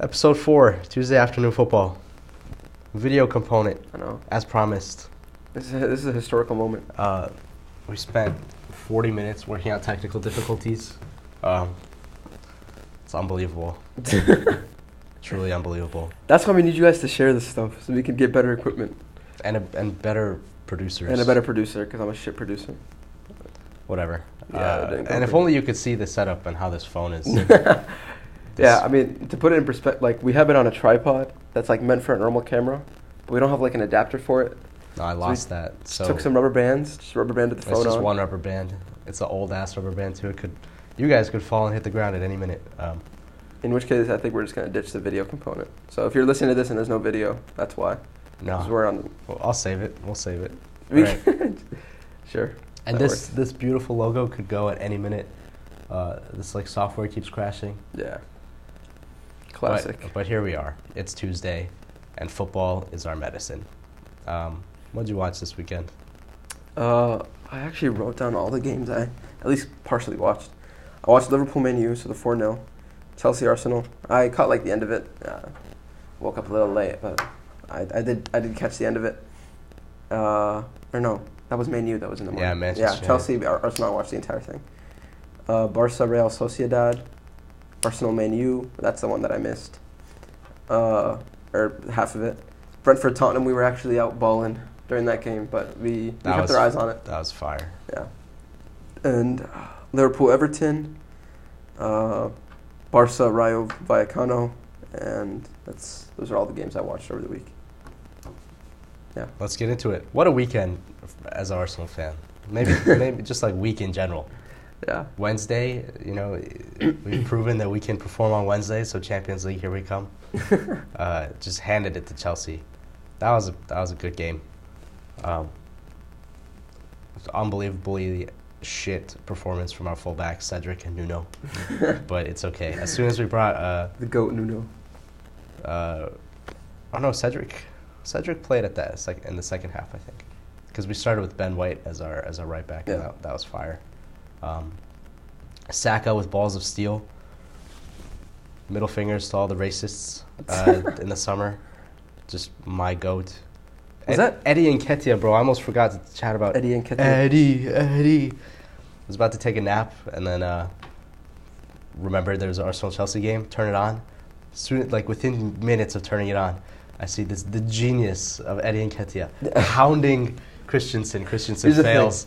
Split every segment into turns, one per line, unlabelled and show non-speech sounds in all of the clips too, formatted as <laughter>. Episode 4, Tuesday Afternoon Football. Video component,
I know.
as promised.
This is a, this is a historical moment.
Uh, we spent 40 minutes working out technical difficulties. Um, it's
<laughs>
unbelievable. Truly unbelievable.
That's why we need you guys to share this stuff so we can get better equipment
And, a, and better producers.
and a better producer because I'm a shit producer.
Whatever.
Yeah,
Uh,
it didn't go
and if
pretty-
only you could see the setup and how this phone
<laughs>
is.
Yeah, I mean to put it in perspective, like we have it on a tripod that's like meant for a normal camera, but we don't have like an adapter for it.
No, I lost that. So
Took some rubber bands, just rubber banded the
It's
phone
just
on.
one rubber band. It's an old ass rubber band too. It could, you guys could fall and hit the ground at any minute. Um,
In which case, I think we're just gonna ditch the video component. So if you're listening to this and there's no video, that's why. 'Cause
no,
we're on.
Well, I'll save it. We'll save it.
<laughs> We
Alright.
sure.
And
That
this
works.
this beautiful logo could go at any minute. Uh, this like software keeps crashing.
Yeah.
But-
Classic.
But, here we are. It's Tuesday, and football is our medicine. Um, what did you watch this weekend?
Uh, I actually wrote down all the games I at least partially watched. I watched Liverpool Man U, so the 4 0. Chelsea Arsenal. I caught like the end of it. Uh, woke up a little late, but I, I did I did catch the end of it. Uh, or no, that was Man U that was in the morning.
Yeah, Manchester
Yeah,
United.
Chelsea Ar- Arsenal. I watched the entire thing. Uh, Barca Real Sociedad, Arsenal Man U. That's the one that I missed. Uh, or half of it. Brentford Tottenham. We were actually out balling during that game, but we, we
That
kept
was-
our eyes on it
That was fire.
and uh, Liverpool Everton, uh, Barca Rayo Vallecano, and that's those are all the games I watched over the week.
Let's get into it. What a weekend as an Arsenal fan.
<laughs>
Maybe maybe just like week in general.
Yeah,
Wednesday, you know, we've proven that we can perform on Wednesday. So Champions League, here we come. uh, just handed it to Chelsea. That was a that was a good game. Um, it's unbelievably shit performance from our fullback Cedric and Nuno, but it's okay. As soon as we brought, uh,
the goat Nuno.
uh, oh no, Cedric, Cedric played at that sec- in the second half, I think, because we started with Ben White as our as our right back, and
Yeah.
that, that was fire. Um, Saka with balls of steel. Middle fingers to all the racists
<laughs>
uh, in the summer. Just my goat. Ed-
Was that-
Eddie and Ketia, bro? I almost forgot to chat about
Eddie and Ketia.
Eddie, Eddie. I was about to take a nap and then uh, remember there's an Arsenal Chelsea game. Turn it on. Soon, like within minutes of turning it on, I see this the genius of Eddie and
<laughs>
Ketia hounding Christensen. Christensen
Here's the thing.
fails.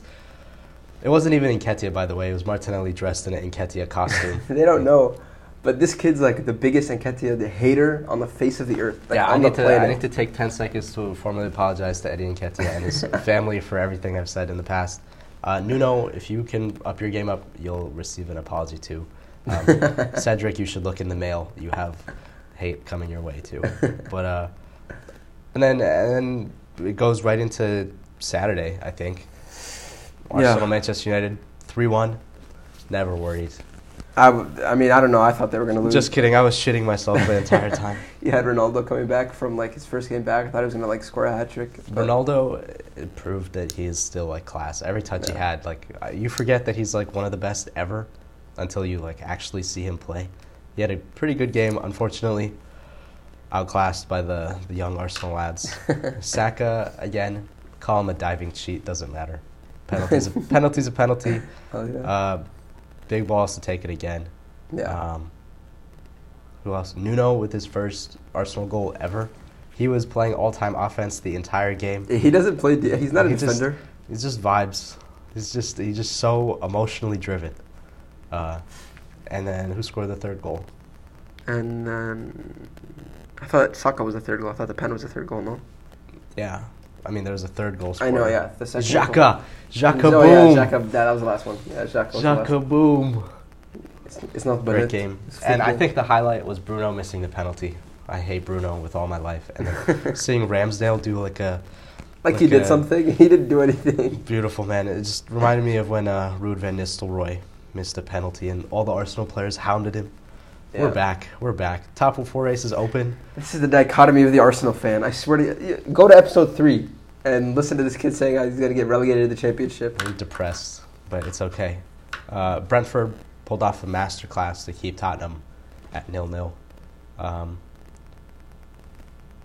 It wasn't even Enketia, by the way. It was Martinelli dressed in an Enketia costume.
<laughs> <laughs> They don't know, but this kid's like the biggest Enketia, the hater on the face of the earth. Like,
yeah, I
on
need,
the
to, I
planet.
need to take 10 seconds to formally apologize to Eddie Nketiah and
<laughs>
his family for everything I've said in the past. Uh, Nuno, if you can up your game up, you'll receive an apology too. Um,
<laughs>
Cedric, you should look in the mail. You have hate coming your way
<laughs>
too. But uh, and then and then it goes right into Saturday, I think.
Yeah.
Arsenal, Manchester United, three one. Never worried.
I, w- I mean, I don't know. I thought they were gonna lose.
Just kidding. I was shitting myself the entire time.
you had Ronaldo coming back from like his first game back. I thought he was gonna like score a hat trick. but-
Ronaldo uh, proved that he is still like class. Every touch he
Yeah.
had, like uh, you forget that he's like one of the best ever until you like actually see him play. He had a pretty good game, unfortunately, outclassed by the the young Arsenal
<laughs>
lads. Saka again, call him a diving cheat, doesn't matter. Penalty's
<laughs>
a, penalty's a penalty.
Hell yeah.
Uh, big balls to take it again.
yeah.
Um, who else? Nuno with his first Arsenal goal ever. He was playing all-time offense the entire game.
he doesn't play. D- he's not a
Uh, he just-
defender.
It's just vibes. It's just he's just so emotionally driven. Uh, and then who scored the third goal?
And then I thought Saka was the third goal. I thought the pen was the third goal. No,
Yeah, I mean there was a third goal.
I
Scored.
know. Yeah, the second. goal.
Xhaka, Xhaka
Oh
boom,
yeah, Xhaka. That, that was the last one. Yeah, Xhaka. Was the last
Xhaka boom.
It's, it's not but
Great
it-
game.
it's
And I
football.
think the highlight was Bruno missing the penalty. I hate Bruno with all my life, and
<laughs>
then seeing Ramsdale do like a
like he
like,
did
uh,
something. <laughs> He didn't do anything.
Beautiful man. It just reminded me of when uh, Ruud van Nistelrooy missed a penalty, and all the Arsenal players hounded him. We're
Yeah.
back. We're back. Top four race is open.
This is the dichotomy of the Arsenal fan. I swear to you, y- go to episode three and listen to this kid saying uh, he's gonna get relegated to the championship.
We're depressed, but it's okay. Uh, Brentford pulled off a masterclass to keep Tottenham at nil nil. Um,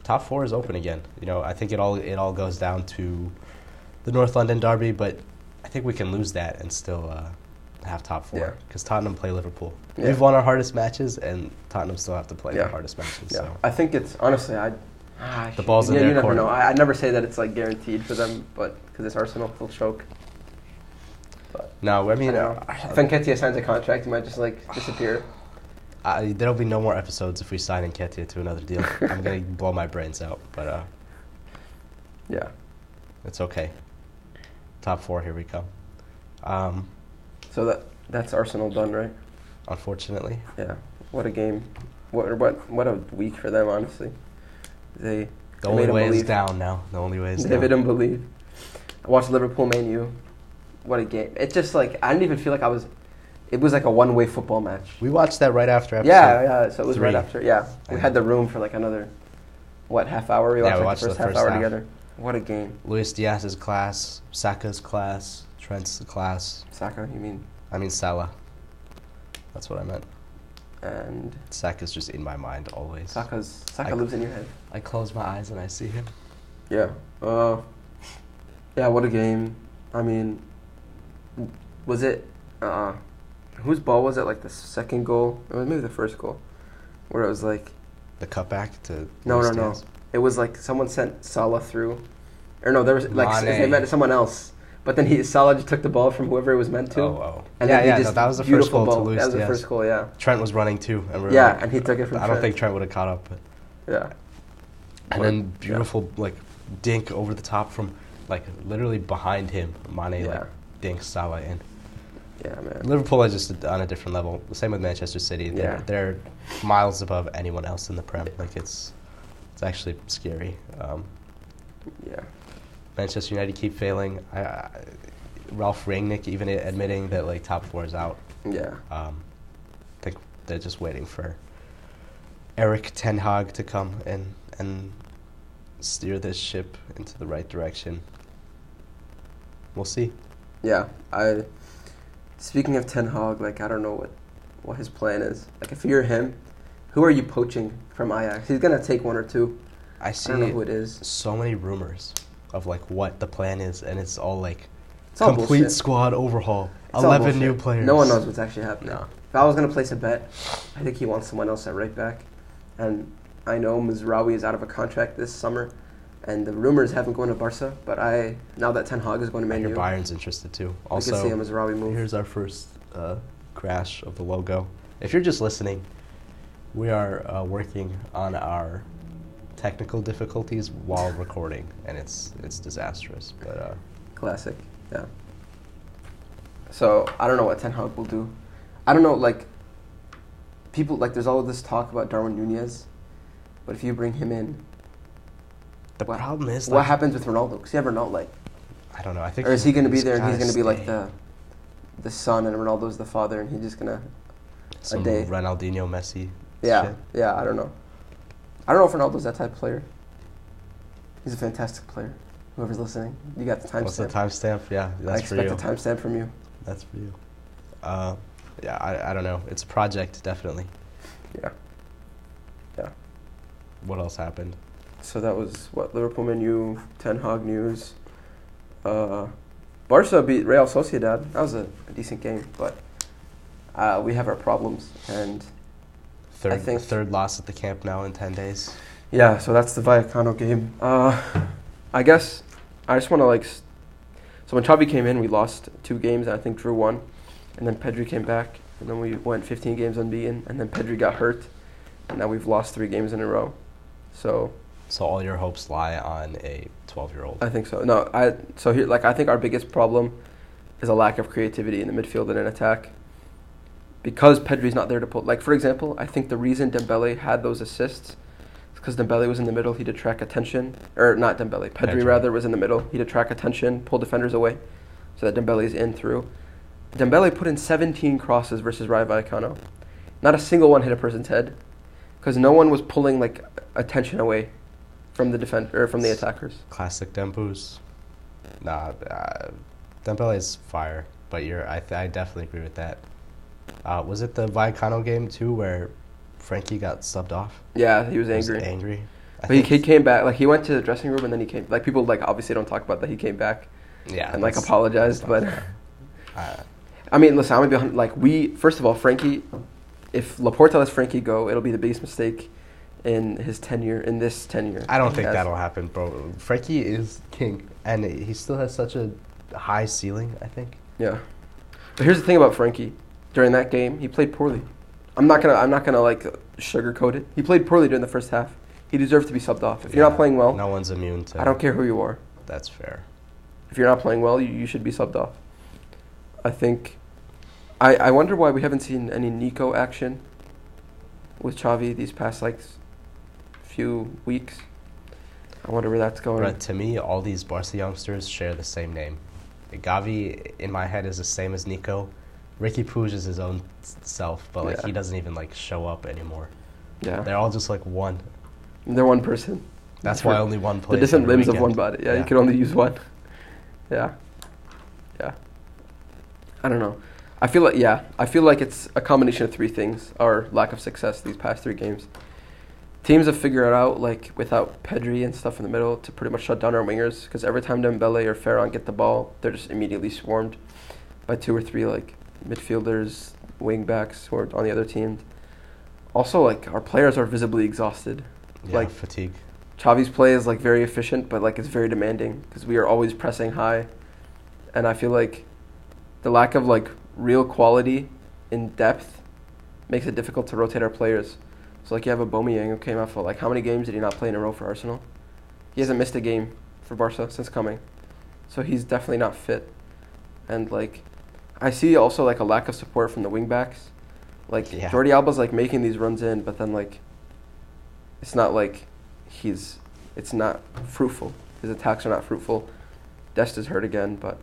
top four is open again. You know, I think it all it all goes down to the North London derby, but I think we can lose that and still uh, have top
Yeah.
four because Tottenham play Liverpool.
Yeah.
We've won our hardest matches, and Tottenham still have to play
Yeah.
their hardest matches.
Yeah,
So.
I think it's honestly I. ah,
The ball's in
yeah,
their
you never
court.
know. I, I never say that it's like guaranteed for them, but because it's Arsenal, they'll choke.
No, I mean,
I know. If Nketiah signs a contract, he might just like disappear.
<sighs> I, there'll be no more episodes if we sign Nketiah to another
<laughs>
deal. I'm gonna blow my brains out, but uh,
Yeah,
it's okay. Top four, here we come. Um,
so that that's Arsenal done, right?
unfortunately,
Yeah, what a game, what what what a week for them, honestly. They
the
They
only
made 'em
way is
believe.
down now. The only way is
they
down.
made him believe. I watched Liverpool Man U. What a game! It's just like I didn't even feel like I was. It was like a one-way football match.
we watched that right after episode.
Yeah, yeah. So it was right
three.
after. Yeah, we
Yeah.
had the room for like another what half hour. We
Yeah,
watched,
we
like,
watched
the first
the
half
first
hour
half.
together. What a game,
Luis Diaz's class, Saka's class, Trent's class.
Saka. You mean?
I mean Salah. That's what I meant.
And
Saka's just in my mind always.
Saka's Saka
I-
lives in your head.
I close my eyes and I see him.
Yeah. Uh, yeah. What a game. I mean, was it? Uh, whose ball was it? Like the second goal, or maybe the first goal, where it was like
The cutback to
No,
Luis
no, no.
Diaz.
It was like someone sent Salah through, or no, there was like s-
Mane.
they met someone else. But then he Salah just took the ball from whoever it was meant to,
Oh, oh.
and
yeah,
then he
yeah. no,
just
that was the first
beautiful
goal
ball.
to Luis
that was the
Diaz.
first goal, yeah,
Trent was running too, and we were
yeah,
like-
and he took it from.
I don't think Trent would have caught up. But,
Yeah,
and
What-
then beautiful like dink over the top from like literally behind him. Mane
Yeah.
like dinks Salah in.
yeah, man.
Liverpool are just on a different level. Same with Manchester City. They're,
Yeah.
they're miles above anyone else in the Prem. Like it's it's actually scary. Um,
Yeah,
Manchester United keep failing. I, I, Ralph Rangnick even i- admitting that like top four is out.
yeah,
Um, I think they're just waiting for Eric Ten Hag to come and and steer this ship into the right direction. We'll see.
yeah. I. Speaking of Ten Hag, like I don't know what, what his plan is. Like if you're him, who are you poaching from Ajax? He's gonna take one or two.
I see.
I don't know who it is.
so many rumors of like what the plan is, and it's all like
It's all
complete
bullshit.
squad overhaul,
It's all
eleven new
bullshit.
players.
No one knows what's actually happening.
No.
If I was gonna place a bet, I think he wants someone else at right back. And I know Mizrawi is out of a contract this summer, and the rumors haven't gone to Barca. But I now that Ten Hag is going to
I
Man
hear
U,
Bayern's interested too.
we could see a
Also,
Mizrawi move.
here's our first uh, crash of the logo. If you're just listening, we are uh, working on our technical difficulties
<laughs>
while recording, and it's it's disastrous. But uh,
Classic, yeah. So I don't know what Ten Hag will do. I don't know, like people like there's all of this talk about Darwin Nunez, but if you bring him in,
the
What-
problem is,
what
like,
happens with Ronaldo? Because you have Ronaldo, like.
I don't know. I think
Or is he going to be
he's
there and he's
gotta
going to be like
stay.
the the son and Ronaldo's the father and he's just going to
Some
day.
Ronaldinho, Messi.
yeah
shit.
yeah I don't know I don't know if Ronaldo's that type of player. He's a fantastic player. Whoever's listening, you got the
What's the
timestamp.
timestamp? Yeah,
I
that's for
expect
you.
a timestamp from you.
That's for you. Uh, yeah, I, I don't know. It's a project, definitely.
Yeah. Yeah.
What else happened?
So that was what Liverpool menu Ten Hag news. Uh, Barca beat Real Sociedad. That was a, a decent game, but uh, we have our problems and
Third,
think-
third loss at the camp now in 10 days.
Yeah, so that's the Vallecano game. Uh, I guess I just want to like. s- So when Chavi came in, we lost two games, and I think drew one, and then Pedri came back, and then we went 15 games unbeaten, and then Pedri got hurt, and now we've lost three games in a row. So
So all your hopes lie on a 12 year old.
I think so. No, I so here like I think our biggest problem is a lack of creativity in the midfield and in attack. Because Pedri's not there to pull. Like for example, I think the reason Dembele had those assists is because Dembele was in the middle. He did track attention, or not Dembele, Pedri,
Pedri.
rather was in the middle. He did track attention, pull defenders away, so that Dembele's in through. Dembele put in 17 crosses versus Rai Vallecano. Not a single one hit a person's head, because no one was pulling like attention away from the defend or from the attackers.
Classic Dembus. Nah, uh, Dembele is fire, but you're, I, th- I definitely agree with that. Uh, was it the Viacano game, too, where Frankie got subbed off.
Yeah, he was
He was
angry.
angry. I
But he, he
think-
came back. Like he went to the dressing room and then he came. Like people like obviously don't talk about that he came back
yeah,
and like
that's-
apologized. But
uh,
I mean, listen, I'm gonna be hon- like we. First of all, Frankie, if Laporta lets Frankie go, it'll be the biggest mistake in his tenure in this tenure.
I don't think
As-
that'll happen, bro. Frankie is king, and he still has such a high ceiling. I think.
Yeah, but here's the thing about Frankie. During that game, he played poorly. I'm not gonna. I'm not gonna like sugarcoat it. He played poorly during the first half. He deserved to be subbed off. If you're
Yeah,
not playing well,
no one's immune to.
I don't care who you are.
That's fair.
if you're not playing well, you, you should be subbed off. I think. I, I wonder why we haven't seen any Nico action with Chavi these past like s- few weeks. I wonder where that's going.
But to me, all these Barca youngsters share the same name. Gavi, in my head, is the same as Nico. Ricky Puig is his own s- self, but like
Yeah.
he doesn't even like show up anymore.
Yeah, they're,
They're all just like one.
one person.
That's
True.
why only one plays.
They're different
every
limbs of
weekend.
one body. Yeah, you
Yeah.
can only use one. Yeah, yeah. I don't know. I feel like yeah. I feel like it's a combination of three things. Our lack of success these past three games. Teams have figured out like without Pedri and stuff in the middle to pretty much shut down our wingers because every time Dembele or Ferran get the ball, they're just immediately swarmed by two or three like midfielders, wing backs who are on the other team. Also, like our players are visibly exhausted.
Yeah,
like-
fatigue.
Chavi's play is like very efficient, but like it's very demanding because we are always pressing high, and I feel like the lack of like real quality in depth makes it difficult to rotate our players. So like you have a Bomeyang who came out for like how many games did he not play in a row for Arsenal? He hasn't missed a game for Barca since coming, so he's definitely not fit. And like, I see also like a lack of support from the wingbacks. Like
Yeah.
Jordi Alba's like making these runs in, but then like, it's not like he's it's not fruitful. His attacks are not fruitful. Dest is hurt again, but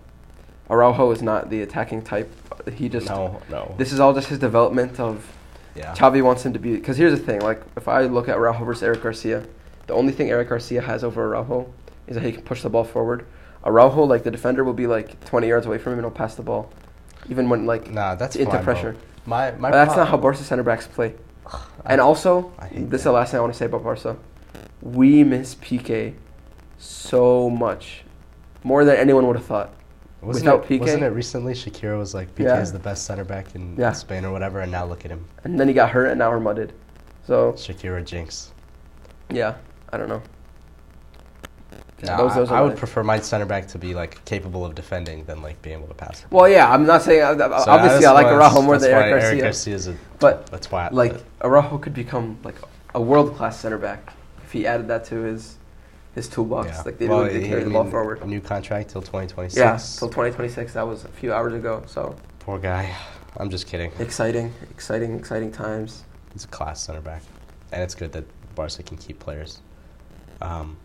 Araujo is not the attacking type. He just
no, no.
this is all just his development of
yeah.
Xavi wants him to be. Because here's the thing: like if I look at Araujo versus Eric Garcia, the only thing Eric Garcia has over Araujo is that he can push the ball forward. Araujo, like the defender, will be like 20 yards away from him and he'll pass the ball, even when like
nah, that's
into
fine, bro.
pressure.
My my.
But that's
pro-
not how Barca center backs play. And also,
I hate
this is the last thing I want to say about Barca. We miss PK so much, more than anyone would have thought.
Wasn't
Without
it,
PK?
Wasn't it recently Shakira was like, PK
Yeah.
is the best center back in
Yeah.
Spain or whatever, and now look at him.
And then he got hurt, and now we're mudded. So
Shakira jinx.
yeah, I don't know. Yeah,
No,
those-
I-
those
I,
are
would
my-
prefer my center back to be like capable of defending than like being able to pass. it.
Well, yeah, I'm not saying. I- I-
So
obviously,
that's
I like
why-
Araujo more
that's
than
why
Eric Garcia.
is a,
But,
that's why. I-
Like Araujo could become like a world class center back if he added that to his his toolbox,
yeah.
like the
Well,
ability to
he-
carry
I
the ball
mean,
forward.
New contract till twenty twenty
Yeah,
six.
till 2026. That was a few hours ago. So
Poor guy. I'm just kidding.
exciting, exciting, exciting times.
He's a class center back, and it's good that Barca can keep players. Um,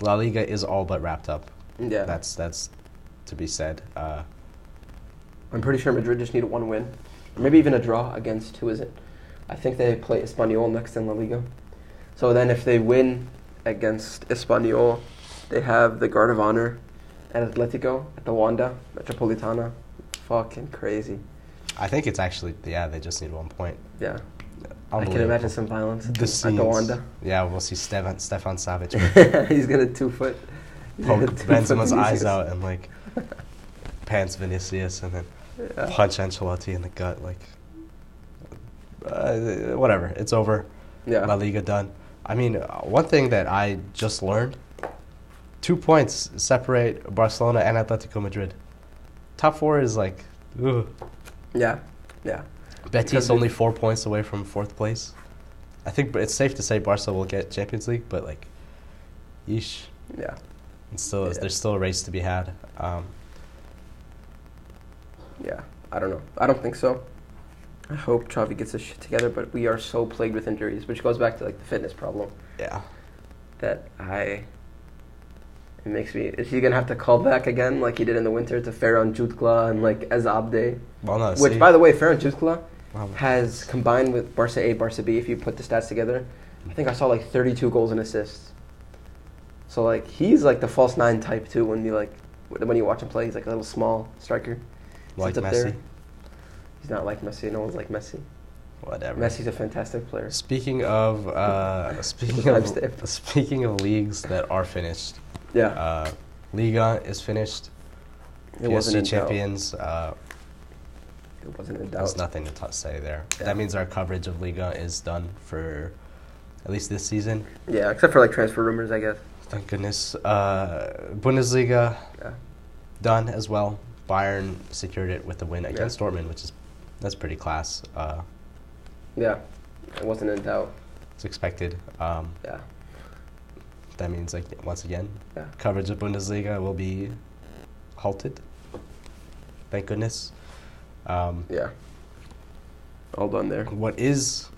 La Liga is all but wrapped up.
Yeah,
That's that's to be said. Uh,
I'm pretty sure Madrid just needed one win, or maybe even a draw against who is it? I think they play Espanyol next in La Liga. So then, if they win against Espanyol, they have the Guard of Honor at Atletico at the Wanda Metropolitana. Fucking crazy.
I think it's actually yeah. They just need one point.
Yeah, I can
Unbelievable.
imagine some violence at
the
the, at
scenes. <laughs>
the Wanda.
Yeah, we'll see Stefan Stefan
<laughs>
Savage
He's gonna two foot. he's
poke
<laughs> gonna two-foot
Benzema's eyes
Vinicius.
out and like pants Vinicius and then
Yeah.
punch Ancelotti in the gut. Like uh, whatever, it's over. La
yeah.
Liga done. I mean, uh, one thing that I just learned: two points separate Barcelona and Atletico Madrid. Top four is like ugh.
Yeah. Yeah. Because
Betis
we-
only four points away from fourth place. I think it's safe to say Barca will get Champions League, but like, yeesh.
Yeah.
It's still
Yeah.
there's still a race to be had. Um,
Yeah, I don't know. I don't think so. I hope Chavi gets his shit together, but we are so plagued with injuries, which goes back to like the fitness problem
yeah,
that I. It makes me. Is he gonna have to call back again like he did in the winter to Ferran Jutgla and like Ez Abde?
well, no.
Which, by the way, Ferran Jutgla
um,
has combined with Barca A, Barca B. If you put the stats together, I think I saw like 32 goals and assists. So like he's like the false nine type too. When you like when you watch him play, he's like a little small striker.
like
It's up
Messi,
there. He's not like Messi. No one's like Messi.
Whatever.
Messi's a fantastic player.
Speaking of
<laughs>
uh, speaking
The
of
timestamp.
speaking of leagues that are finished,
Yeah,
uh, Liga is finished.
it
PSG
wasn't in
champions. Uh,
doubt. It wasn't in
there's
doubt.
nothing to t- say there.
Yeah.
That means our coverage of Liga is done for at least this season.
Yeah, except for like transfer rumors, I guess.
Thank goodness. Uh, Bundesliga
Yeah.
done as well. Bayern secured it with a win
Yeah.
against Dortmund, which is that's pretty class. Uh,
Yeah, it wasn't in doubt.
it's expected. Um,
Yeah,
that means like once again,
Yeah.
coverage of Bundesliga will be halted. Thank goodness. Um,
yeah. All done there.
What is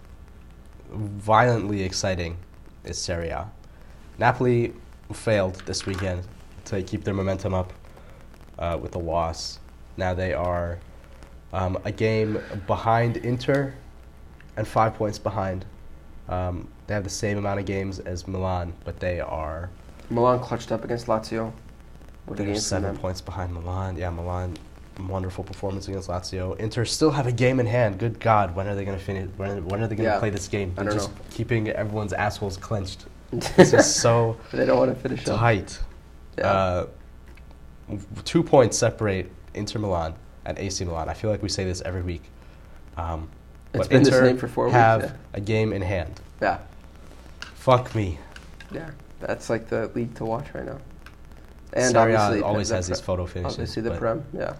violently exciting is Serie A. Napoli failed this weekend to keep their momentum up uh, with the loss. Now they are um, a game behind Inter and five points behind. Um, they have the same amount of games as Milan, but they are
Milan clutched up against Lazio. What a
they're
game from
seven
them.
points behind Milan. Yeah, Milan, wonderful performance against Lazio. Inter still have a game in hand. Good God, when are they going to finish? When, when are they going to
Yeah.
play this game?
I
They're
don't
just
know.
keeping everyone's assholes
<laughs>
clenched. This is so
they don't want to finish up.
tight.
Yeah.
Uh, w- two points separate Inter Milan and AC Milan. I feel like we say this every week. Um,
It's
but
been the
Inter
same for four weeks,
have
yeah.
a game in hand.
yeah,
Fuck me.
yeah. That's like the league to watch right now. And
Serie A
obviously, the-
always
the
has
pre-
these photo finishes.
Obviously, the
but-
prem. Yeah,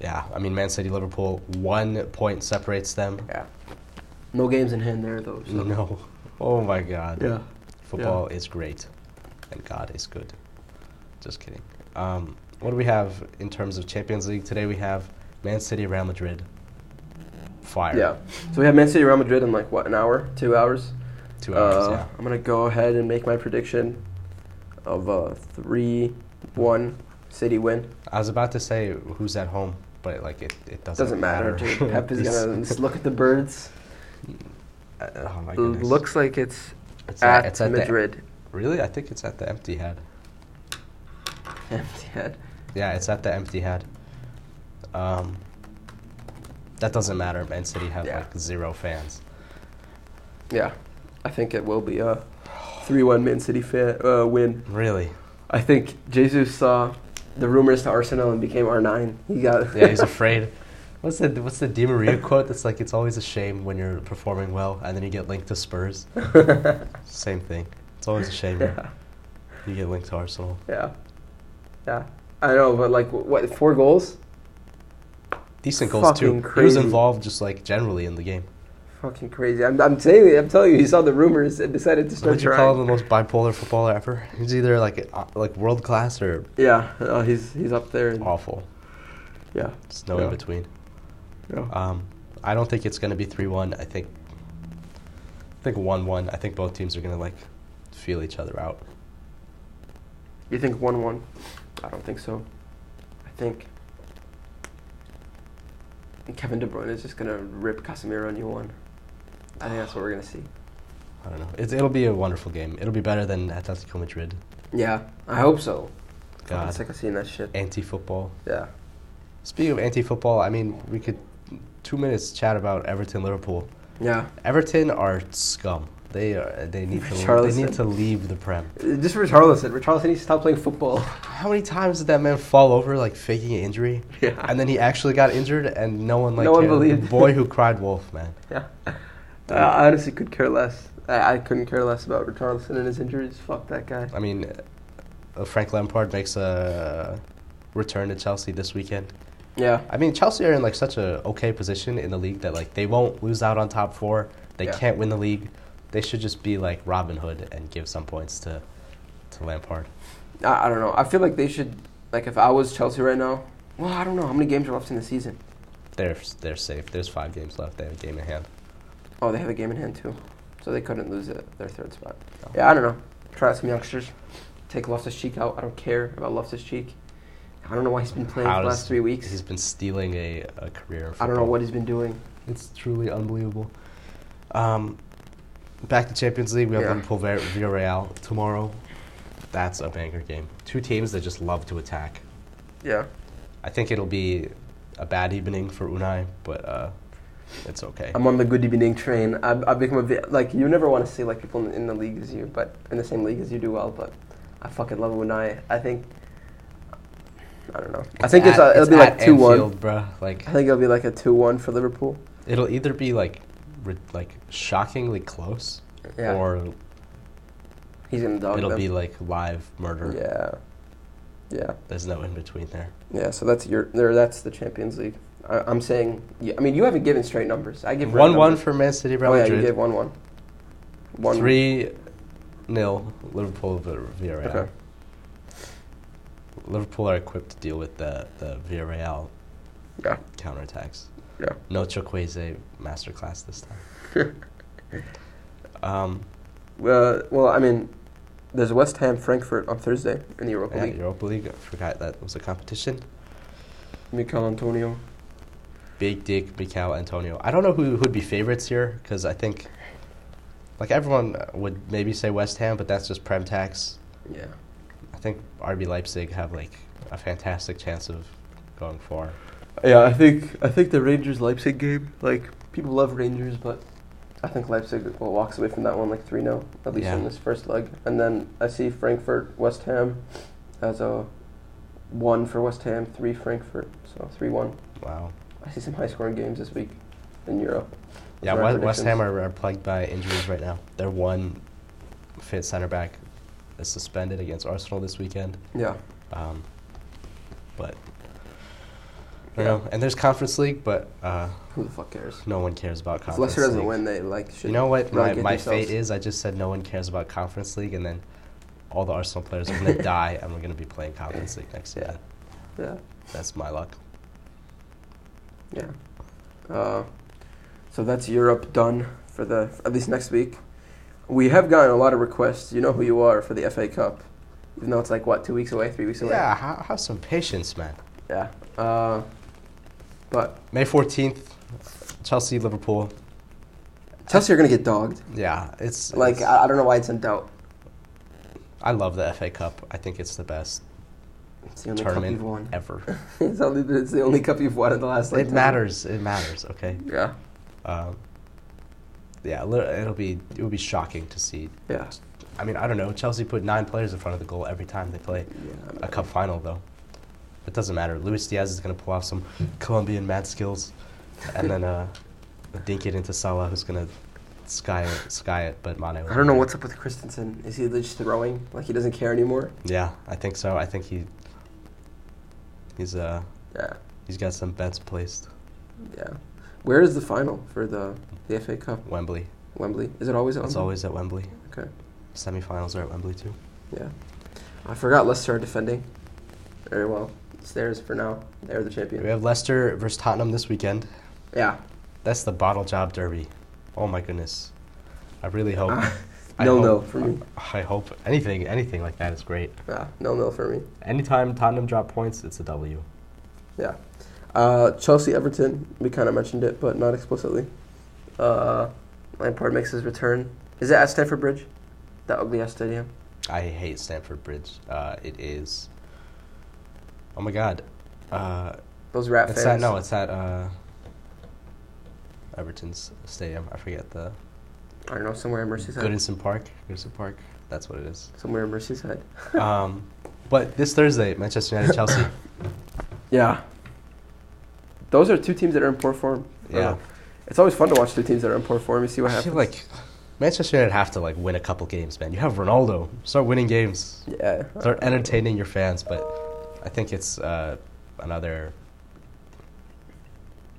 Yeah, I mean, Man City, Liverpool, one point separates them.
yeah. No games in hand there though. So.
No. Oh my God.
Yeah.
Football is great, and God is good. Just kidding. Um, what do we have in terms of Champions League today? We have Man City, Real Madrid, fire.
Yeah. So we have Man City, Real Madrid in like what an hour, two hours.
Two hours.
Uh,
yeah.
I'm gonna go ahead and make my prediction of a three-one City win.
I was about to say who's at home, but like it, it doesn't,
Doesn't matter, dude.
<laughs>
Pep is
It's-
gonna just look at the birds.
uh, Oh <laughs> my goodness.
Looks like it's
it's uh,
at,
it's the-
Madrid. <laughs>
really? I think it's at the empty head.
Empty head.
Yeah, it's at the empty head. Um, that doesn't matter. Man City have
Yeah.
like zero fans.
Yeah, I think it will be a three-one Man City fan, uh, win.
Really?
I think Jesus saw the rumors to Arsenal and became R9. He got <laughs>
Yeah, he's afraid. What's the What's the Di Maria quote? That's like it's always a shame when you're performing well and then you get linked to
<laughs>
Spurs. Same thing. It's always a shame when
yeah,
you get linked to Arsenal.
yeah, yeah. I know, but like wh- what? Four goals?
Decent goals too.
Fucking
He was
crazy.
involved just like generally in the game.
Fucking crazy. I'm, I'm telling you, I'm telling you, he saw the rumors and decided to start
Would you
trying.
call him the most bipolar footballer ever? He's either like uh, like world class or
yeah, uh, he's he's up there. And,
awful.
Yeah,
There's no
Yeah.
in between.
yeah.
Um, I don't think it's going to be three one. I think, I think one one. I think both teams are going to like feel each other out.
You think one-one? I don't think so. I think Kevin De Bruyne is just gonna rip Casemiro a new one. I think that's what we're gonna see.
I don't know. It, it'll be a wonderful game. It'll be better than Atletico Madrid.
Yeah, I hope so. God. I'm
God,
sick of seeing that shit.
anti football.
Yeah.
Speaking of anti football, I mean, we could two minutes chat about Everton Liverpool.
Yeah.
Everton are scum. They are, they need to they
Richarlison.
need to leave the prem.
Just Richarlison. Richarlison needs to stop playing
<laughs>
football.
How many times did that man fall over like faking an injury?
Yeah.
And then he actually got injured, and no one like
No one
cared. The
believed.
boy who cried wolf, man.
Yeah. I honestly could care less. I, I couldn't care less about Richarlison and his injuries. Fuck that guy.
I mean, uh, Frank Lampard makes a return to Chelsea this weekend.
Yeah.
I mean, Chelsea are in like such a okay position in the league that like they won't lose out on top four. They
Yeah.
can't win the league. They should just be like Robin Hood and give some points to to Lampard.
I, I don't know. I feel like they should. Like, if I was Chelsea right now, well, I don't know. How many games are left in the season?
They're they're safe. There's five games left. They have a game in hand.
Oh, they have a game in hand, too. So they couldn't lose it, their third spot.
Oh.
Yeah, I don't know. Try out some youngsters. Take Loftus Cheek out. I don't care about Loftus Cheek. I don't know why he's been playing
How
for the
does-
last three weeks.
He's been stealing a, a career. in
I don't know
football.
what he's been doing.
It's truly unbelievable. Um, back to Champions League, we have
Yeah.
Liverpool Ver- Villarreal tomorrow. That's a banger game. Two teams that just love to attack.
Yeah.
I think it'll be a bad evening for Unai, but uh, It's okay.
I'm on the good evening train. I've, I've become a bit like you never want to see like people in, in the league as you, but in the same league as you do well. But I fucking love it when I I think I don't know. I think it's,
at-
a, it'll be like
at
two one.
Anfield, bruh.
<laughs>
Like
I think it'll be like a two one for Liverpool.
it'll either be like ri- like shockingly close,
Yeah,
or
he's gonna dog
it'll
them.
be like live murder.
yeah, yeah,
There's no in between there.
yeah. So that's your there. That's the Champions League. I, I'm saying. Yeah, I mean, you haven't given straight numbers. I give
One one
numbers.
for Man City, Real
Oh yeah, you
Madrid.
gave one one. One
Three nil Liverpool v- Villarreal.
Okay.
Liverpool are equipped to deal with the the Villarreal
Yeah.
counterattacks.
Yeah.
No Chukwueze masterclass this time.
<laughs>
um,
Uh, well, I mean, there's West Ham Frankfurt on Thursday in the Europa
yeah,
League.
Europa League. I forgot that was a competition.
Mikel Antonio.
Big Dick, Mikel, Antonio. I don't know who would be favorites here because I think, like everyone would maybe say West Ham, but that's just prem tax.
Yeah.
I think RB Leipzig have like a fantastic chance of going far.
Yeah, I think I think the Rangers Leipzig game. Like people love Rangers, but I think Leipzig well, walks away from that one like three 0 at least
Yeah.
in this first leg. And then I see Frankfurt West Ham as a one for West Ham, three Frankfurt, so three one.
Wow.
I see some high scoring games this week in Europe. Those
Yeah,
are our
West, West
predictions.
Ham are, are plagued by injuries right now. Their one fit center back is suspended against Arsenal this weekend.
Yeah.
Um, but I don't know. And there's Conference League, but uh,
Who the fuck cares?
no one cares about
If
Conference
Leicester doesn't
League.
win, they like should.
You know what my,
relegate
my
themselves.
fate is? I just said no one cares about Conference League, and then all the Arsenal players are
<laughs>
going to die, and we're going to be playing Conference League next
Yeah.
season.
Yeah.
That's my luck.
Yeah. Uh, so that's Europe done for the at least next week. We have gotten a lot of requests. You know who you are for the FA Cup, even though it's like what two weeks away, three weeks away.
yeah, ha- have some patience, man.
Yeah. Uh, but
May 14th, Chelsea, Liverpool.
Chelsea are gonna get dogged.
Yeah, it's
Like
it's-
I, I don't know why it's in doubt.
I love the FA Cup. I think it's the best
It's the only
tournament
cup you've won. <laughs>
ever.
it's, only, it's the only cup you've won in the last. like,
it
ten-
matters. It matters. Okay.
Yeah.
Um, yeah, li- it'll be it would be shocking to see.
Yeah.
I mean, I don't know. Chelsea put nine players in front of the goal every time they play
Yeah.
a cup final, though. It doesn't matter. Luis Diaz is going to pull off some Colombian mad skills, and then uh, dink it into Salah, who's going to sky it, sky it. But Mane.
I don't know what's up with Christensen. Is he just throwing? Like he doesn't care anymore?
Yeah, I think so. I think he he's uh
Yeah.
he's got some bets placed.
Yeah. Where is the final for the the FA Cup?
Wembley.
Wembley. Is it always at
It's
Wembley?
always at Wembley.
Okay.
Semifinals are at Wembley too.
Yeah. I forgot Leicester are defending. Very well. It's theirs for now. They're the champion.
We have Leicester versus Tottenham this weekend.
Yeah.
That's the bottle job derby. Oh my goodness. I really hope.
Ah,
I
nil
hope-
nil for me.
I hope anything anything like that is great.
Yeah. No nil for me.
Anytime Tottenham drop points, it's a W.
Yeah. Uh, Chelsea Everton. We kind of mentioned it, but not explicitly. Uh, Lampard makes his return. Is it at Stamford Bridge? That ugly ass stadium.
I hate Stamford Bridge. Uh, it is. Oh my God. Uh,
Those rat
it's at
fans.
no, it's at uh, Everton's stadium. I forget the
I don't know. Somewhere in Merseyside.
Goodison Park. Goodison Park. That's what it is.
Somewhere in Merseyside.
Um, but this Thursday, Manchester United
<coughs>
Chelsea.
Oh, Yeah. Those are two teams that are in poor form. I don't
Yeah,
know. It's always fun to watch two teams that are in poor form and see what
I
happens.
feel like Manchester United have to like win a couple games, man. You have Ronaldo. Start winning games.
yeah,
Start entertaining your fans. But I think it's uh, another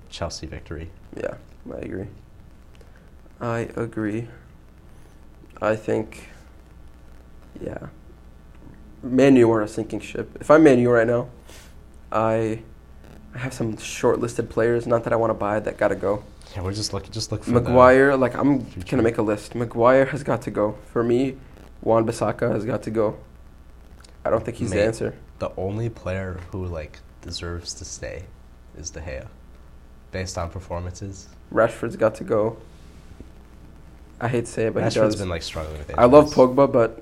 Chelsea victory.
yeah, I agree. I agree. I think, yeah, Man U are a sinking ship. If I'm Man U right now, I, I have some short-listed players. Not that I want to buy that gotta go.
Yeah, we're just looking. Just look for the-
Maguire, like I'm
Future.
gonna make a list. Maguire has got to go for me. Juan Bissaka has got to go. I don't think he's
Mate.
the answer.
The, only player who like deserves to stay is De Gea, based on performances.
Rashford's got to go. I hate to say it, but he
Rashford's
does.
been like struggling with
I love
injuries.
Pogba, but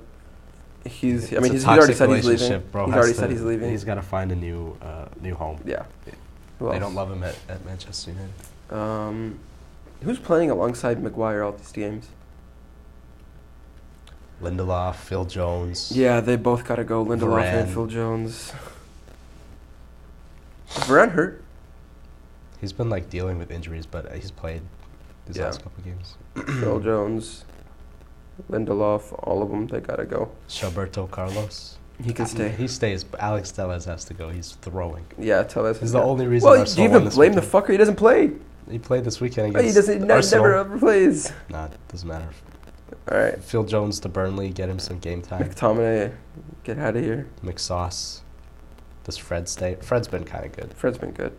he's. I
It's
mean,
a
he's, he's already
toxic
said he's leaving.
relationship, bro.
he's
Has
already
to-
said he's leaving.
He's got to find a new uh, new home.
yeah.
Yeah.
Who
They
else?
don't love him at, at Manchester United.
Um, Who's playing alongside McGuire all these games?
Lindelof, Phil Jones.
Yeah, they both gotta go. Lindelof and
Varane.
Phil Jones. Is Varane <clears throat> hurt?
He's been like dealing with injuries, but uh, he's played his
Yeah.
last couple games.
Phil Jones, Lindelof, all of them. They gotta go.
Gilberto Carlos.
He can stay.
He stays, but Alex Tellez has to go. He's throwing.
Yeah, tell us.
He's the only reason
Well, do
Arsenal
you even
won this
blame the
weekend.
fucker? He doesn't play.
he played this weekend against
He doesn't. Ne-
Arsenal.
never ever plays.
Nah, doesn't matter.
All right,
Phil Jones to Burnley, get him some game time.
McTominay, get out of here.
McSauce. Does Fred stay? Fred's been kind of good.
Fred's been good.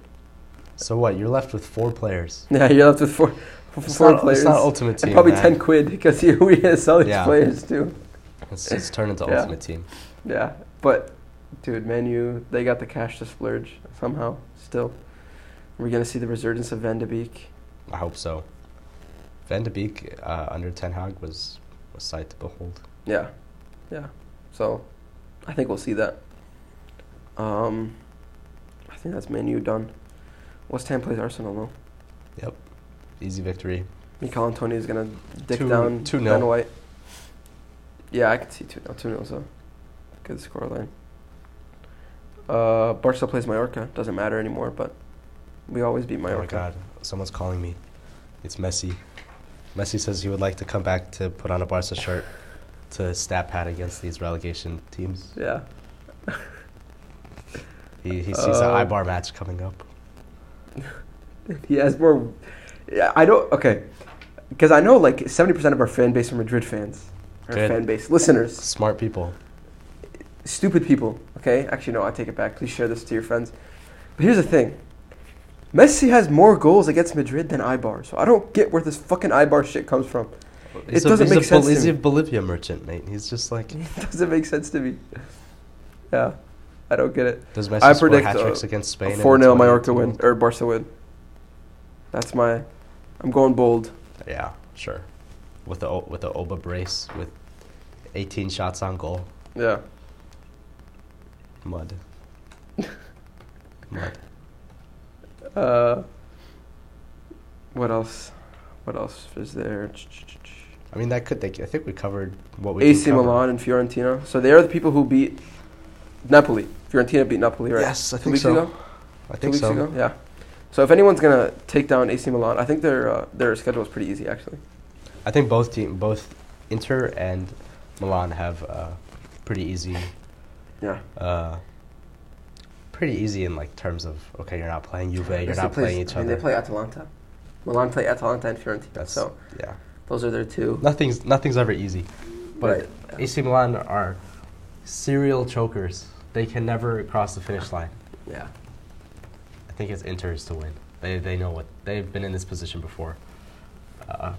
So what? You're left with four players.
<laughs> Yeah, you're left with four,
It's
four
not,
players.
It's not
<laughs>
ultimate team.
and probably
man.
ten quid because <laughs> you we had to sell these
Yeah.
players too.
It's, it's turned into
<laughs> Yeah.
ultimate team.
Yeah, but dude, Manu, they got the cash to splurge somehow. Still, we're gonna see the resurgence of Van de Beek.
I hope so. Van de Beek uh, under Ten Hag was a sight to behold.
Yeah, yeah. So, I think we'll see that. Um, I think that's Manu done. West Ham plays Arsenal though.
Easy victory.
Mikel Antonio is gonna dick
Two-
down
two
Ben
nil.
White. Yeah, I can see two 0 two nil. So good scoreline. Uh, Barca plays Mallorca. Doesn't matter anymore, but we always beat Mallorca.
Oh my God! Someone's calling me. It's Messi. Messi says he would like to come back to put on a Barca shirt to stat pad against these relegation teams.
Yeah, <laughs>
He he sees
Uh,
an Ibar match coming up.
he has more. Yeah, I don't. Okay, because I know like seventy percent of our fan base are Madrid fans. Our
Good.
fan base, listeners,
Smart people.
stupid people. Okay, actually no, I take it back. Please share this to your friends. But here's the thing. Messi has more goals against Madrid than Ibar, so I don't get where this fucking Ibar shit comes from. <laughs>
He's
doesn't
he's
make sense to
He's
me.
a Bolivia merchant, mate. He's just like.
Doesn't make sense to me. Yeah, I don't get it.
Does Messi
I
score
predict,
hat
uh,
tricks against Spain?
A
in the
Four 0 Mallorca
2018
win
World
or Barca win. That's my. I'm going bold.
Cup? Yeah, sure. With the O- with the Oba brace with 18 shots on goal.
Yeah.
Mud. Mud.
Uh. What else? What else is there?
I mean, that could. They, I think we covered what we.
AC
can cover.
Milan and Fiorentina. So they are the people who beat Napoli. Fiorentina beat Napoli, right?
Yes, I
Two
think
weeks
so.
ago.
I
Two
think
weeks
so.
ago. Yeah. So if anyone's gonna take down AC Milan, I think their uh, their schedule is pretty easy actually.
I think both team, both Inter and Milan have uh, pretty easy.
Yeah.
Uh, pretty easy in like terms of okay, you're not playing Juve,
Yes,
you're
they
not
play-
playing each
I mean,
other.
They play Atalanta. Milan play Atalanta and Fiorentina.
That's-
so
yeah,
those are their two.
nothing's nothing's ever easy. But
Right.
AC Milan are serial chokers. They can never cross the finish line.
Yeah.
I think it's Inter's to win. They they know what they've been in this position before. Uh,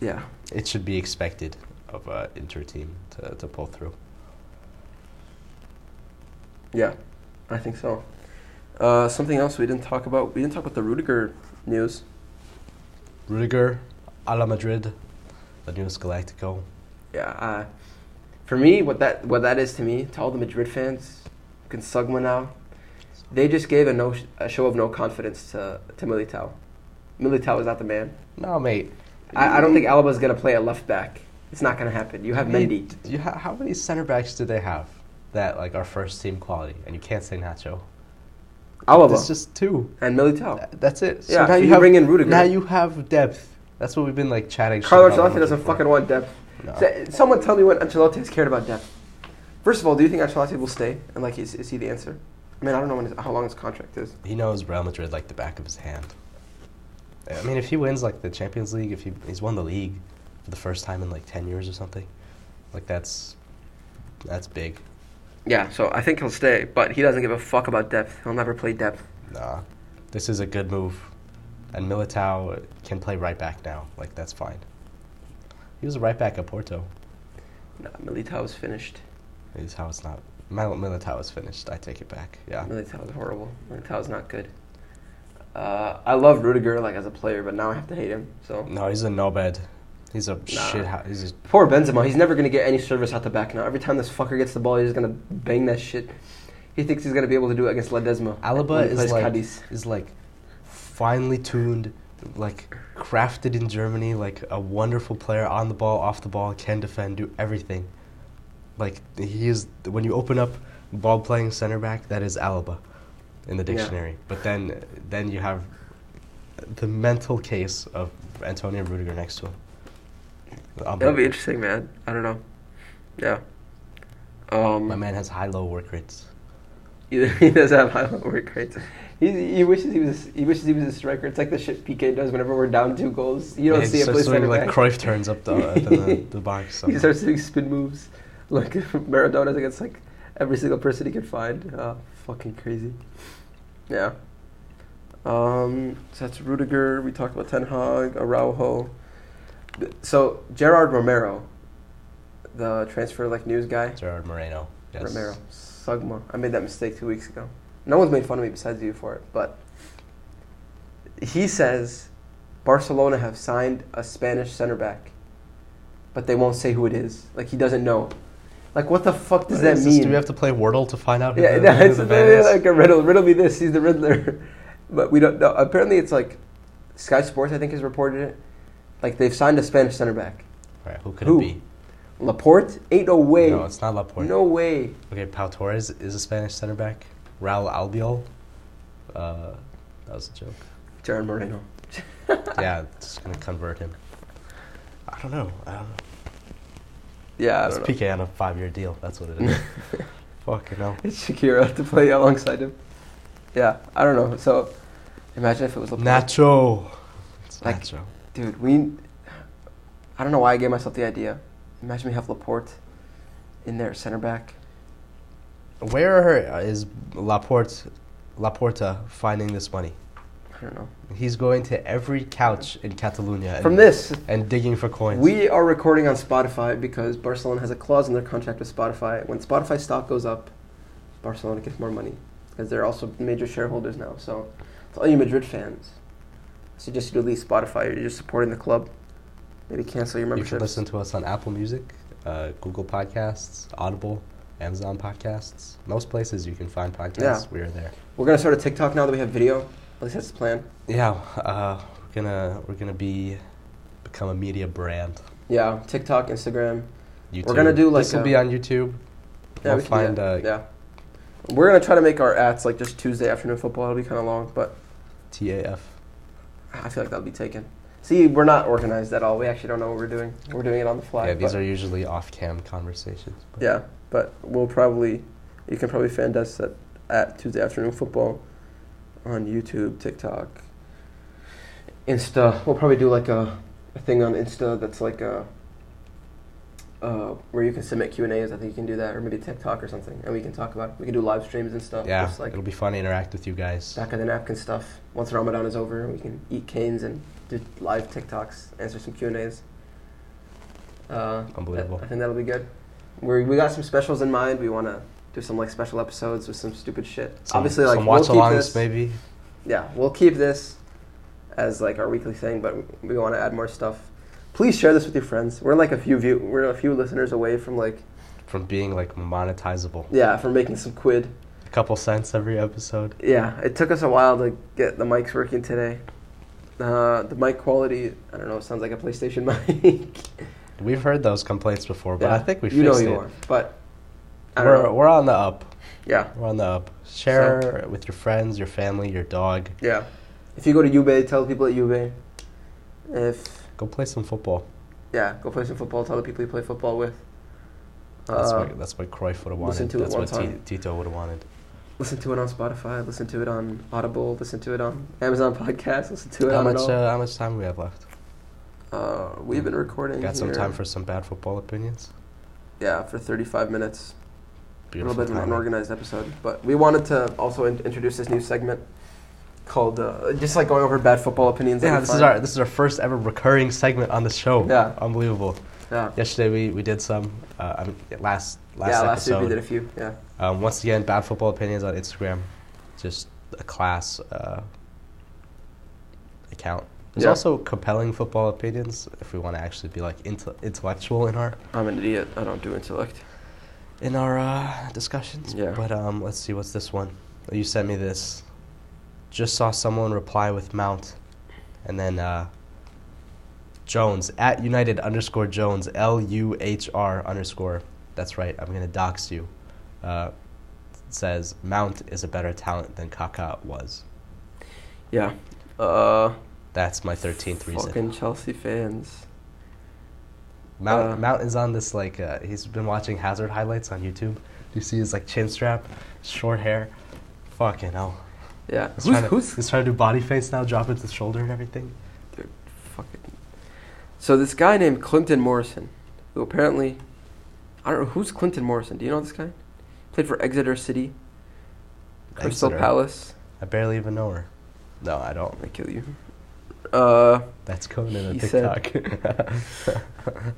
Yeah.
it should be expected of uh, Inter team to, to pull through.
Yeah. I think so. Uh, something else we didn't talk about. We didn't talk about the Rudiger news.
Rudiger, a la Madrid, the newest Galactico.
Yeah. Uh, for me, what that what that is to me, to all the Madrid fans, can sug one now. They just gave a no a show of no confidence to to Militao. Militao is not the man.
No, mate.
I, I don't think Alaba's gonna play a left back. It's not gonna happen. You have
Mate,
Mendy.
do you ha- how many center backs do they have that like are first team quality? And you can't say Nacho. It's
Alaba
just two.
and Militao.
Th- That's it. So
Oh. Yeah,
now
so
you,
you
have,
bring in Rudiger.
Now you have depth. That's what we've been like chatting. shit
Carlo
about
Ancelotti
on
doesn't
Twitter.
fucking want depth.
No.
Say- Someone tell me when Ancelotti has cared about depth. First of all, do you think Ancelotti will stay? And like, is, is he the answer? I mean, I don't know when his, how long his contract is.
He knows Real Madrid like the back of his hand. I mean, if he wins like the Champions League, if he he's won the league for the first time in like ten years or something, like that's that's big.
Yeah, so I think he'll stay, but he doesn't give a fuck about depth. He'll never play depth.
Nah, this is a good move, and Militao can play right back now. Like that's fine. He was a right back at Porto.
Nah, Militao is finished.
Is how it's not. Mil- Militao is finished. I take it back. Yeah,
Militao is horrible. Militao is not good. Uh, I love Rudiger like as a player, but now I have to hate him. So
no, he's a no bed. He's a shit. Ho- he's a,
poor Benzema. He's never gonna get any service out the back now. Every time this fucker gets the ball, he's gonna bang that shit. He thinks he's gonna be able to do it against Ledesma. when
Alaba
he
is
plays
like
Cadiz.
is like finely tuned, like crafted in Germany, like a wonderful player on the ball, off the ball, can defend, do everything. Like he is when you open up ball playing center back, that is Alaba in the
Yeah.
dictionary. But then then you have the mental case of Antonio Rudiger next to him.
That'll be
Unbelievable.
interesting, man. I don't know. Yeah. Um,
My man has high low work rates.
He, <laughs> he does have high level work rates. He, he wishes he was he wishes he was a striker. It's like the shit PK does whenever we're down two goals. You don't
Yeah, he
see him play
starts doing,
center
like
back.
Cruyff turns up the, uh, the, the, the box.
<laughs> he starts doing spin moves like <laughs> Maradona against like every single person he can find. Uh, fucking crazy. Yeah. Um, so that's Rudiger. We talked about Ten Hag, Araujo. So Gerard Romero, the transfer like news guy.
Gerard Moreno. Yes.
Romero. Sugma. I made that mistake two weeks ago. No one's made fun of me besides you for it, but he says Barcelona have signed a Spanish center back, but they won't say who it is. Like he doesn't know. Like what the fuck does
What
that
is this?
mean?
Do we have to play Wordle to find out who
<laughs> yeah,
the,
no,
who
it's
the man is?
like a riddle. Riddle me this. He's the Riddler, <laughs> but we don't know. Apparently, it's like Sky Sports. I think has reported it. Like they've signed a Spanish center back.
Alright, who could
Who?
it be?
Laporte? Ain't no way.
No, it's not Laporte.
no way.
Okay, Pau Torres is a Spanish center back. Raul Albiol. Uh, that was a joke.
<laughs> Jared Moreno.
yeah, just gonna convert him. I don't know. I don't know.
Yeah, I
it's
don't know.
PK on a five-year deal. That's what it
<laughs>
is. Fucking hell.
It's Shakira <laughs> to play alongside him. Yeah, I don't know. So imagine if it was Laporte.
Nacho. It's
Like-
Nacho.
Dude, we. I don't know why I gave myself the idea. Imagine we have Laporte in there, center back.
Where uh, is Laporte, Laporta finding this money?
I don't know.
He's going to every couch in Catalonia and,
From this,
and digging for coins.
we are recording on Spotify because Barcelona has a clause in their contract with Spotify. When Spotify stock goes up, Barcelona gets more money because they're also major shareholders now. So, to all you Madrid fans, I suggest you to leave Spotify. You're just supporting the club. Maybe cancel your
you
membership.
can listen to us on Apple Music, uh, Google Podcasts, Audible, Amazon Podcasts. Most places you can find podcasts.
Yeah.
We're there.
We're gonna start a TikTok now that we have video. At least that's the plan.
Yeah, uh, we're gonna we're gonna be become a media brand.
Yeah, TikTok, Instagram.
YouTube.
gonna do, like,
this will
a-
be on YouTube.
Yeah,
we'll
can do
find
that.
uh,
yeah. We're gonna try to make our ads like just Tuesday afternoon football. It'll be kind of long, but
TAF.
I feel like that'll be taken. See, we're not organized at all. We actually don't know what we're doing. We're doing it on the fly.
Yeah, these
but,
are usually off-cam conversations. but-
yeah, but we'll probably you can probably find us at, at Tuesday afternoon football on YouTube, TikTok, Insta. We'll probably do like a, a thing on Insta that's like a uh, where you can submit Q and A's. I think you can do that, or maybe TikTok or something, and we can talk about. It. We can do live streams and stuff.
Yeah,
just like
it'll be fun to interact with you guys.
back of the napkin stuff. Once Ramadan is over, we can eat canes and do live TikToks, answer some Q and A's. Uh, that-
Unbelievable.
I think that'll be good. We we got some specials in mind. We want to do some like special episodes with some stupid shit.
Some,
Obviously, like
some
we'll keep
watch-alongs
this.
maybe.
Yeah, we'll keep this as like our weekly thing, but we, want to add more stuff. Please share this with your friends. We're like a few view, we're a few listeners away from like
from being like monetizable.
yeah, from making some quid.
A couple cents every episode.
Yeah, it took us a while to get the mics working today. Uh, the mic quality, I don't know, it sounds like a PlayStation <laughs> mic.
We've heard those complaints before, but I think we
you know
fixed
you
it.
are, but I don't
We're,
know.
we're on the up.
Yeah,
We're on the up. Share with your friends, your family, your dog.
yeah. If you go to Ube, tell the people at Ube. If
Go play some football.
yeah, go play some football. Tell the people you play football with.
That's
Uh,
what that's what Cruyff would have
listen
wanted.
to it
That's
one
what
time.
Tito would have wanted.
Listen to it on Spotify. Listen to it on Audible. Listen to it on Amazon Podcast. Listen to it
How
on it
much
all.
uh, how much time we have left?
Uh, we've been recording.
Got some
here,
time for some bad football opinions.
yeah for thirty-five minutes. a
Beautiful
little bit of an
timing.
unorganized episode, but we wanted to also in- introduce this new segment called uh, just like going over bad football opinions. that
Yeah,
we
this is
find.
our this is our first ever recurring segment on the show.
Yeah.
unbelievable.
yeah.
Yesterday we, we did some. Uh, I mean, last last episode.
yeah, last week we did a few. Yeah,
Um, once again, bad football opinions on Instagram, just a class uh, account. There's
Yeah.
also compelling football opinions if we want to actually be like inte- intellectual in our
I'm an idiot. I don't do intellect.
in our uh, discussions.
Yeah.
But um, let's see, what's this one? You sent me this. Just saw someone reply with Mount, And then uh, Jones at United underscore Jones L U H R underscore. That's right. I'm gonna dox you. Uh, says Mount is a better talent than Kaká was.
Yeah. Uh,
That's my 13th reason.
Fucking Chelsea fans.
Mount
Uh,
Mount is on this like uh, he's been watching Hazard highlights on YouTube. Do you see his like chin strap, short hair? Fucking hell.
Yeah.
He's
Who's,
trying, to,
who's
he's trying to do body face now, drop it to the shoulder and everything.
fucking? So this guy named Clinton Morrison, who apparently, I don't know who's Clinton Morrison. Do you know this guy? Played for Exeter City, Crystal
Exeter.
Palace.
I barely even know her. No, I don't.
I'm gonna kill you. Uh,
That's going in a
He said-
TikTok.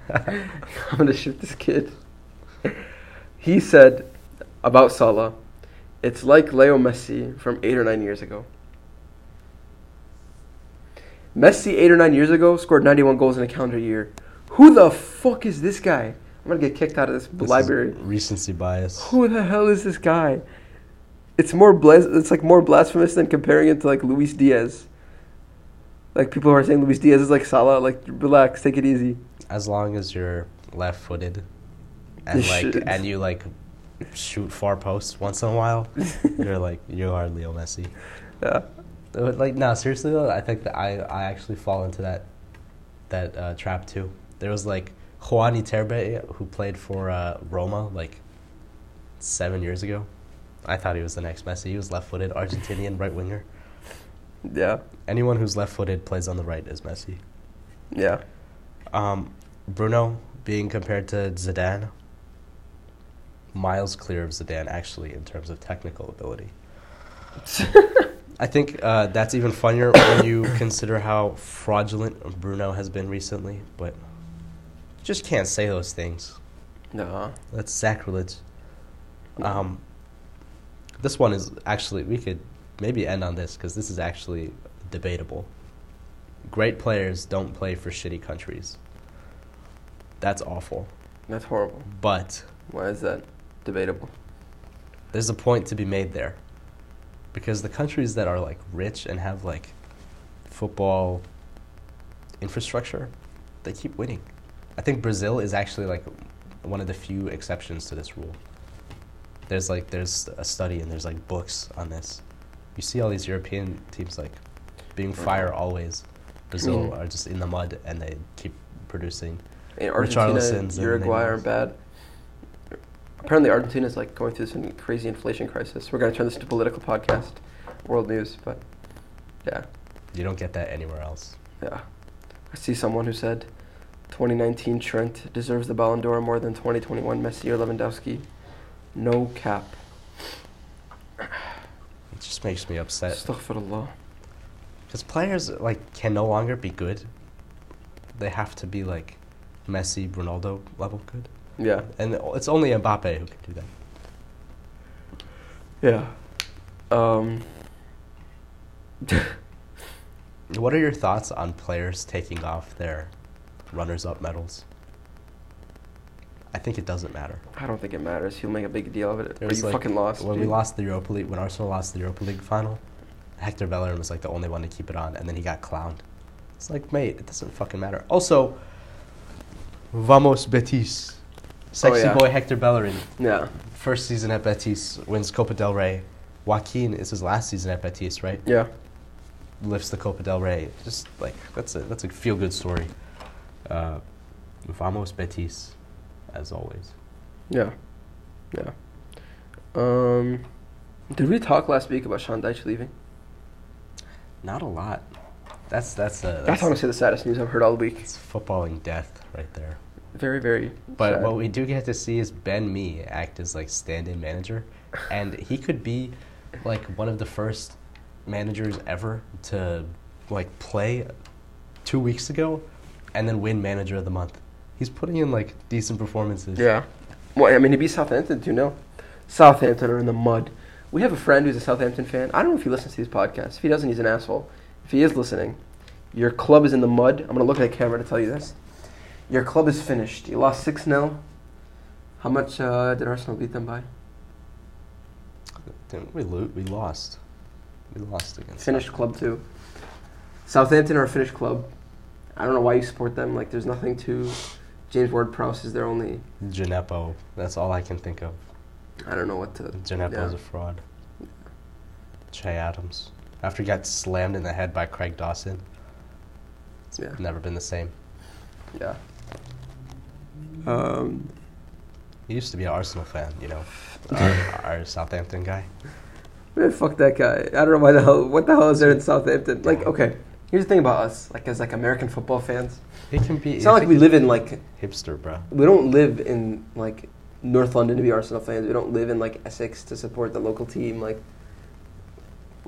<laughs>
I'm gonna shoot this kid. He said about Salah, it's like Leo Messi from eight or nine years ago. Messi eight or nine years ago scored 91 goals in a calendar year. Who the fuck is this guy? I'm gonna get kicked out of this,
This is
library.
recency bias.
Who the hell is this guy? It's more blas- It's like more blasphemous than comparing it to like Luis Diaz. Like people who are saying Luis Diaz is like Salah. Like relax, take it easy.
As long as you're left footed and like
Shit.
and you like shoot far posts once in a while, you're like you are Leo Messi.
Yeah.
Uh, Like no, seriously though, I think that I, I actually fall into that that uh, trap too. There was like Juan Iterbe who played for uh, Roma like seven years ago. I thought he was the next Messi. He was left-footed, Argentinian right winger.
Yeah.
Anyone who's left-footed plays on the right is Messi.
Yeah.
Um, Bruno being compared to Zidane, miles clear of Zidane actually in terms of technical ability. I think uh, that's even funnier when you consider how fraudulent Bruno has been recently. But just can't say those things.
No.
That's sacrilege. Um, this one is actually we could maybe end on this because this is actually debatable. Great players don't play for shitty countries. That's awful.
That's horrible.
But
Why is that debatable?
there's a point to be made there. Because the countries that are like rich and have like football infrastructure, they keep winning. I think Brazil is actually like one of the few exceptions to this rule. There's like there's a study and there's like books on this. You see all these European teams like being fire always. Brazil
Mhm.
are just in the mud and they keep producing.
In Argentina,
Richarlison's and
Uruguay are
Neymar's.
bad. Apparently, Argentina is like going through some crazy inflation crisis. We're gonna turn this into a political podcast, world news. But yeah,
You don't get that anywhere else.
yeah. I see someone who said, "2019 Trent deserves the Ballon d'Or more than 2021 Messi or Lewandowski." No cap.
It just makes me upset.
Astaghfirullah.
Because players like can no longer be good. They have to be like Messi, Ronaldo level good,
Yeah.
and it's only Mbappe who can do that.
Yeah. Um.
What are your thoughts on players taking off their runners-up medals? I think it doesn't matter.
I don't think it matters. He'll make a big deal of it.
There
But
was,
you
like,
fucking lost.
When we
dude.
lost the Europa League, when Arsenal lost the Europa League final, Hector Bellerin was like the only one to keep it on, and then he got clowned. It's like, mate, it doesn't fucking matter. Also, vamos Betis, sexy
Oh, yeah.
boy Hector Bellerin.
Yeah.
first season at Betis wins Copa del Rey. Joaquin is his last season at Betis, right?
Yeah.
Lifts the Copa del Rey. Just like that's a that's a feel good story. Uh, vamos Betis, as always.
Yeah. Yeah. Um, did we talk last week about Sean Deitch leaving?
Not a lot. That's that's a
That's
that's,
honestly the saddest news I've heard all week.
that's footballing death right there.
Very, very.
But
sad.
what we do get to see is Ben Mee act as like stand-in manager, and he could be like one of the first managers ever to like play two weeks ago, and then win manager of the month. He's putting in like decent performances.
Yeah. Well, I mean, he'd be Southampton too, no? Southampton are in the mud. We have a friend who's a Southampton fan. I don't know if he listens to these podcasts. If he doesn't, he's an asshole. If he is listening, your club is in the mud. I'm going to look at the camera to tell you this. Your club is finished. You lost 6 0. How much uh, did Arsenal beat them by?
Didn't we lo- we lost. We lost against.
Finished club two. Southampton are a Finnish club. I don't know why you support them. Like, there's nothing to. James Ward-Prowse is their only.
Gineppo. That's all I can think of.
I don't know what to.
Gineppo's
Yeah.
a fraud. Che Adams. After he got slammed in the head by Craig Dawson,
Yeah.
never been the same.
Yeah. Um,
He used to be an Arsenal fan, you know. Our, our Southampton guy.
man, Eh, fuck that guy. I don't know why the hell. What the hell is there in Southampton? Like, okay. Here's the thing about us, like as like American football fans.
He can be
It's not like we live in like
hipster, bro.
we don't live in like North London to be Arsenal fans. We don't live in like Essex to support the local team. Like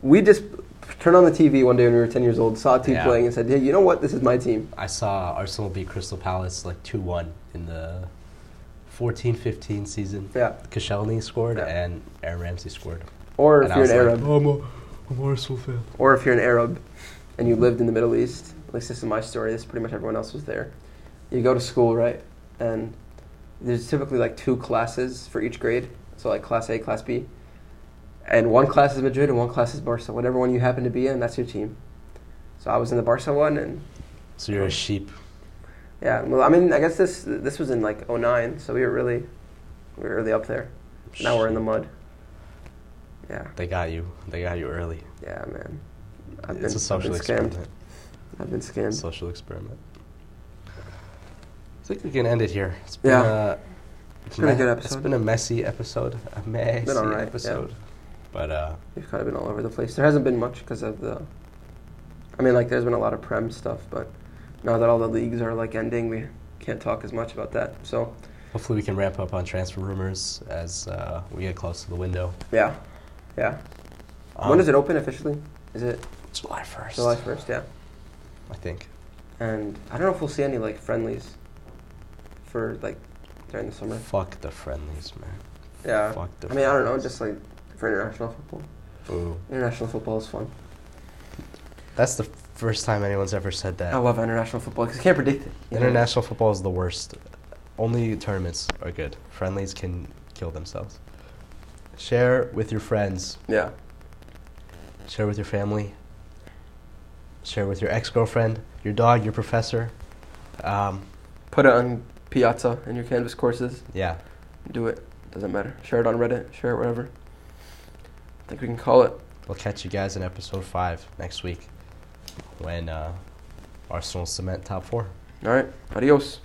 we just turned on the TV one day when we were ten years old, saw a team
Yeah.
playing, and said, "Hey, you know what? This is my team."
I saw Arsenal beat Crystal Palace like 2 1 in the 14 15 season.
Yeah.
Koscielny scored
Yeah.
and Aaron Ramsey scored.
Or
And
if
I
you're an
was like,
Arab,
I'm a, I'm Arsenal fan.
or if you're an Arab, and you lived in the Middle East. At least this is my story. This pretty much everyone else was there. You go to school, right? And there's typically like two classes for each grade. So like class A, class B. And one class is Madrid and one class is Barca. Whatever one you happen to be in, that's your team. So I was in the Barca one and
So you're a sheep.
yeah, well I mean I guess this this was in like 09, so we were really we were really up there. Now we're in the mud. Yeah,
They got you. They got you early.
yeah, man. I've
it's a social
I've been scammed.
experiment.
I've been scammed.
Social experiment. I think we can end it here. It's
Yeah.
A, it's
been a good
It's
episode.
been a messy episode. A messy
alright, yeah.
episode. But uh,
We've kind of been all over the place. There hasn't been much because of the. I mean, like, there's been a lot of Prem stuff, but now that all the leagues are, like, ending, we can't talk as much about that. So,
hopefully we can ramp up on transfer rumors as uh, we get close to the window.
yeah. Yeah.
Um,
when does it open officially? Is it
July 1st.
July 1st? Yeah.
I think.
And I don't know if we'll see any, like, friendlies for, like, during the summer.
Fuck the friendlies, man.
Yeah.
Fuck the
I mean, I don't know, just, like, for international football.
Ooh.
International football is fun.
That's the first time anyone's ever said that.
I love international football because you can't predict it. you know?
International football is the worst. Only tournaments are good. Friendlies can kill themselves. Share with your friends.
Yeah.
Share with your family. Share with your ex-girlfriend, your dog, your professor. Um,
Put it on Piazza in your Canvas courses.
yeah,
Do it. Doesn't matter. Share it on Reddit. Share it wherever. I think we can call it.
we'll catch you guys in episode five next week when uh, Arsenal cement top four.
All right. Adios.